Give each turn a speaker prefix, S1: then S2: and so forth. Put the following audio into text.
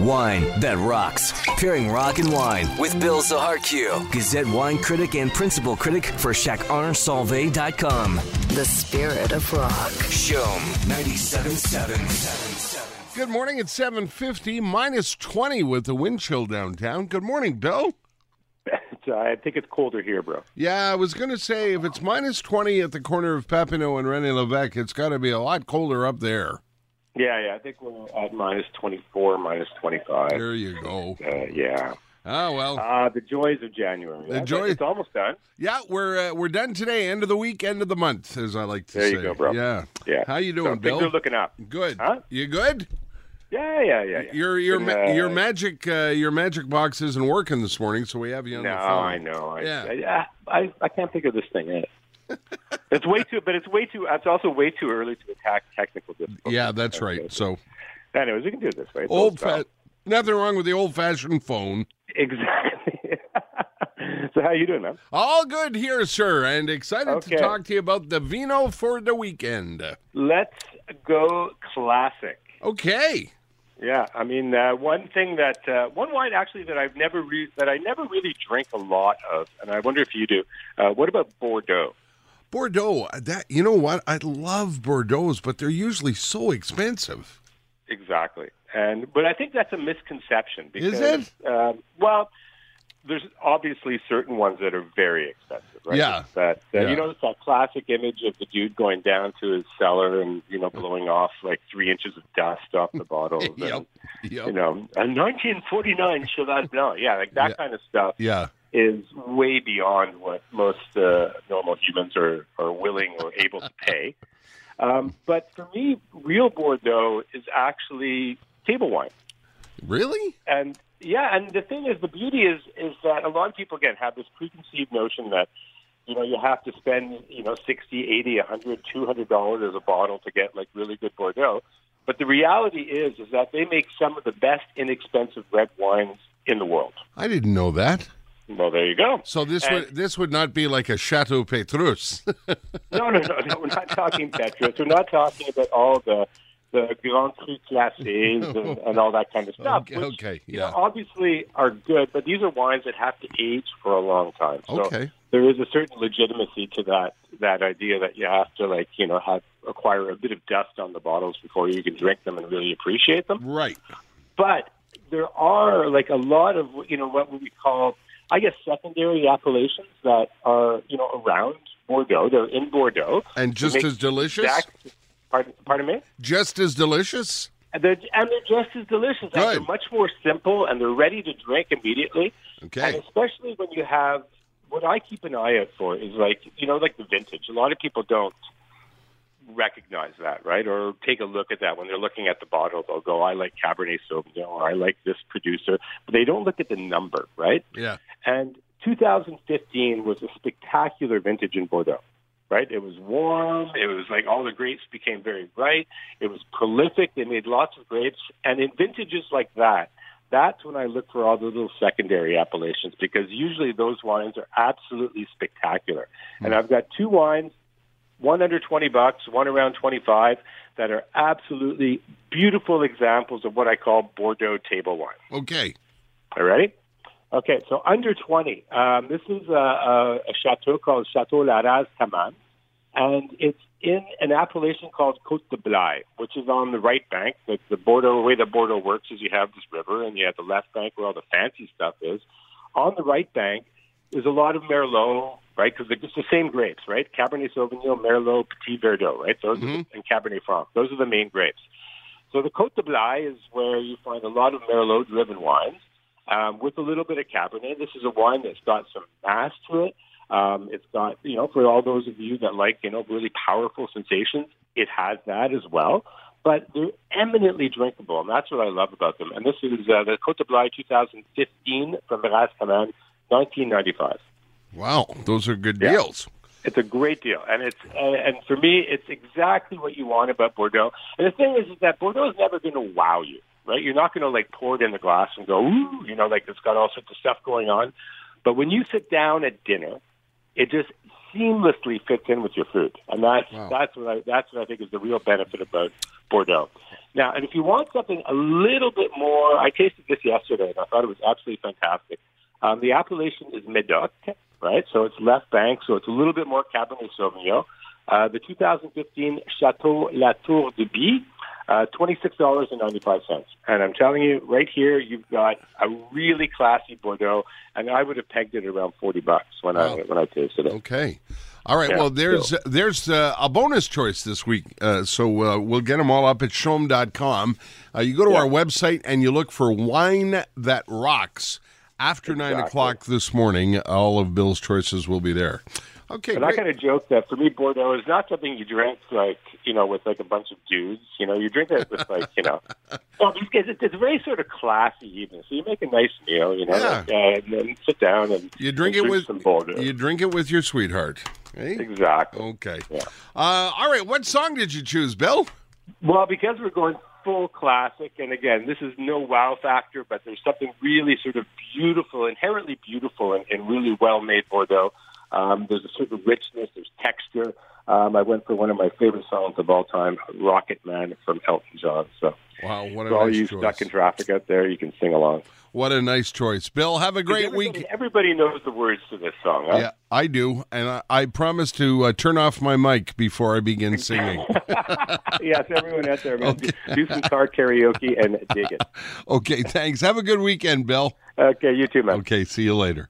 S1: Wine that rocks. Pairing rock and wine with Bill Zaharkiew, Gazette wine critic and principal critic for ChacArnSolvay.com.
S2: The spirit of rock.
S1: Show 97.7.
S3: Good morning. It's 750, minus 20 with the wind chill downtown. Good morning, Bill.
S4: I think it's colder here, bro.
S3: Yeah, I was going to say if it's minus 20 at the corner of Papineau and René Levesque, it's got to be a lot colder up there.
S4: Yeah, yeah. I think we're at minus 24, minus 25. Uh,
S3: There you go.
S4: yeah.
S3: Ah, well.
S4: Uh, the joys of January.
S3: The
S4: It's-
S3: joy-
S4: It's almost done.
S3: Yeah, we're uh, we're done today. End of the week, end of the month, as I like to
S4: There
S3: say.
S4: you go, bro.
S3: Yeah.
S4: Yeah.
S3: How you
S4: So
S3: doing,
S4: Things
S3: Bill?
S4: are looking up.
S3: good.
S4: Huh?
S3: You good?
S4: Yeah, yeah, yeah. yeah.
S3: Your your
S4: Been,
S3: ma-
S4: uh,
S3: your magic uh, your magic box isn't working this morning, so we have you on
S4: No,
S3: the phone.
S4: I know. I,
S3: Yeah.
S4: I, I, I can't think of this thing. eh? it's way too, but it's way too. It's also way too early to attack technical difficulties.
S3: Yeah, that's right. So
S4: Anyways, we can do it this way. It's
S3: old
S4: style.
S3: fa- nothing wrong with the old fashioned phone.
S4: Exactly. so how you doing, man?
S3: All good here, sir, and excited
S4: Okay.
S3: to talk to you about the vino for the weekend.
S4: Let's go classic.
S3: Okay.
S4: Yeah, I mean, uh, one thing that uh, one wine actually that I've never re- that I never really drink a lot of, and I wonder if you do. Uh, what about Bordeaux?
S3: Bordeaux, that you know what? I love Bordeaux's, but they're usually so expensive.
S4: Exactly, and but I think that's a misconception. Because,
S3: Is
S4: Um, well, there's obviously certain ones that are very expensive, right?
S3: Yeah.
S4: It's That, that
S3: Yeah.
S4: you know, it's that classic image of the dude going down to his cellar and you know blowing off like three inches of dust off the bottles. and,
S3: Yep. Yep.
S4: Oh, You know, a 1949 Cheval Blanc. Yeah, like that
S3: Yeah.
S4: kind of stuff.
S3: Yeah.
S4: is way beyond what most uh, normal humans are, are willing or able to pay. Um, but for me, real Bordeaux is actually table wine.
S3: Really?
S4: And yeah, and the thing is, the beauty is is that a lot of people again have this preconceived notion that you know you have to spend you know sixty, eighty, a hundred, two hundred dollars as a bottle to get like really good Bordeaux. But the reality is is that they make some of the best inexpensive red wines in the world.
S3: I didn't know that.
S4: Well, there you go.
S3: So this
S4: And-
S3: would this would not be like a Chateau Petrus.
S4: No, no, no, no. We're not talking Tetris. We're not talking about all the the Grand Cru classes and, and all that kind of stuff.
S3: Okay,
S4: which,
S3: okay,
S4: you know,
S3: yeah.
S4: obviously are good, but these are wines that have to age for a long time. So
S3: Okay.
S4: There is a certain legitimacy to that that idea that you have to like you know have acquire a bit of dust on the bottles before you can drink them and really appreciate them
S3: right.
S4: but there are like a lot of you know what we call I guess secondary appellations that are you know around Bordeaux. They're in Bordeaux
S3: And just
S4: They make
S3: as delicious?
S4: exact- pardon, pardon me.
S3: Just as delicious?
S4: And they're, and they're just as delicious. And they're
S3: Good.
S4: much more simple, and they're ready to drink immediately. And
S3: Okay.
S4: especially when you have what I keep an eye out for is like you know like the vintage. A lot of people don't recognize that, right? Or take a look at that when they're looking at the bottle. They'll go, "I like Cabernet Sauvignon," or "I like this producer," but they don't look at the number, right?
S3: Yeah.
S4: And 2015 was a spectacular vintage in Bordeaux, right? It was warm. It was like all the grapes became very bright. It was prolific. They made lots of grapes. And in vintages like that, that's when I look for all the little secondary appellations because usually those wines are absolutely spectacular. And I've got two wines, one under 20 bucks, one around 25, that are absolutely beautiful examples of what I call Bordeaux table wine.
S3: Okay.
S4: All right. Okay, so under 20. Um, this is a, a, a chateau called Chateau Laraz Taman, and it's in an appellation called Côte de Blaye, which is on the right bank. The, the Bordeaux, the way that Bordeaux works is you have this river, and you have the left bank where all the fancy stuff is. On the right bank is a lot of Merlot, right? Because it's the same grapes, right? Cabernet Sauvignon, Merlot, Petit Verdot, right? Those are the, and Cabernet Franc. Those are the main grapes. So the Côte de Blaye is where you find a lot of Merlot-driven wines um, with a little bit of Cabernet. This is a wine that's got some mass to it. Um, it's got, you know, for all those of you that like, you know, really powerful sensations, it has that as well. But they're eminently drinkable, and that's what I love about them. And this is uh, the Cote de Blaye 2015 from Miraz Caman, 1995.
S3: Wow. Those are good
S4: Yeah.
S3: deals.
S4: It's a great deal, and it's uh, and for me, it's exactly what you want about Bordeaux. And the thing is, is that Bordeaux is never going to wow you, right? You're not going to like pour it in the glass and go, ooh, you know, like it's got all sorts of stuff going on. But when you sit down at dinner, it just seamlessly fits in with your food, and that's
S3: Wow.
S4: that's what I that's what I think is the real benefit about Bordeaux. Now, and if you want something a little bit more, I tasted this yesterday and I thought it was absolutely fantastic. Um, the appellation is Medoc, right? So it's left bank, so it's a little bit more Cabernet Sauvignon. Uh, the 2015 Chateau La Tour de Bie, uh, $26.95. And I'm telling you, right here, you've got a really classy Bordeaux, and I would have pegged it around 40 bucks when, I,
S3: Wow.
S4: when I tasted it.
S3: Okay. All right.
S4: Yeah,
S3: well, there's there's uh, a bonus choice this week, uh, so uh, we'll get them all up at shom.com. Uh, you go to our website and you look for wine that rocks. After nine
S4: Exactly.
S3: o'clock this morning, all of Bill's choices will be there. Okay.
S4: And I
S3: Great.
S4: kind of joke that for me, Bordeaux is not something you drink like you know with like a bunch of dudes. You know, you drink it with like you know. Well, these guys, it's, it's very sort of classy evening. So you make a nice meal, you know,
S3: Yeah.
S4: like, uh, and then sit down and
S3: You drink
S4: and
S3: it with
S4: some Bordeaux.
S3: you drink it with your sweetheart. eh?
S4: exactly.
S3: Okay. Uh, all right. What song did you choose, Bill?
S4: Well, because we're going full classic, and again, this is no wow factor, but there's something really sort of beautiful, inherently beautiful, and, and really well made Bordeaux. Um, there's a sort of richness, there's texture. Um, I went for one of my favorite songs of all time, Rocket Man from Elton John. So,
S3: Wow, what a
S4: for all
S3: nice
S4: you
S3: choice.
S4: stuck in traffic out there, you can sing along.
S3: What a nice choice, Bill. Have a great
S4: everybody,
S3: week.
S4: Everybody knows the words to this song, huh?
S3: Yeah, I do, and I, I promise to uh, turn off my mic before I begin singing.
S4: yes, everyone out there, man. Do, do some car karaoke and dig it.
S3: okay, thanks. Have a good weekend, Bill.
S4: Okay, you too, man.
S3: Okay, see you later.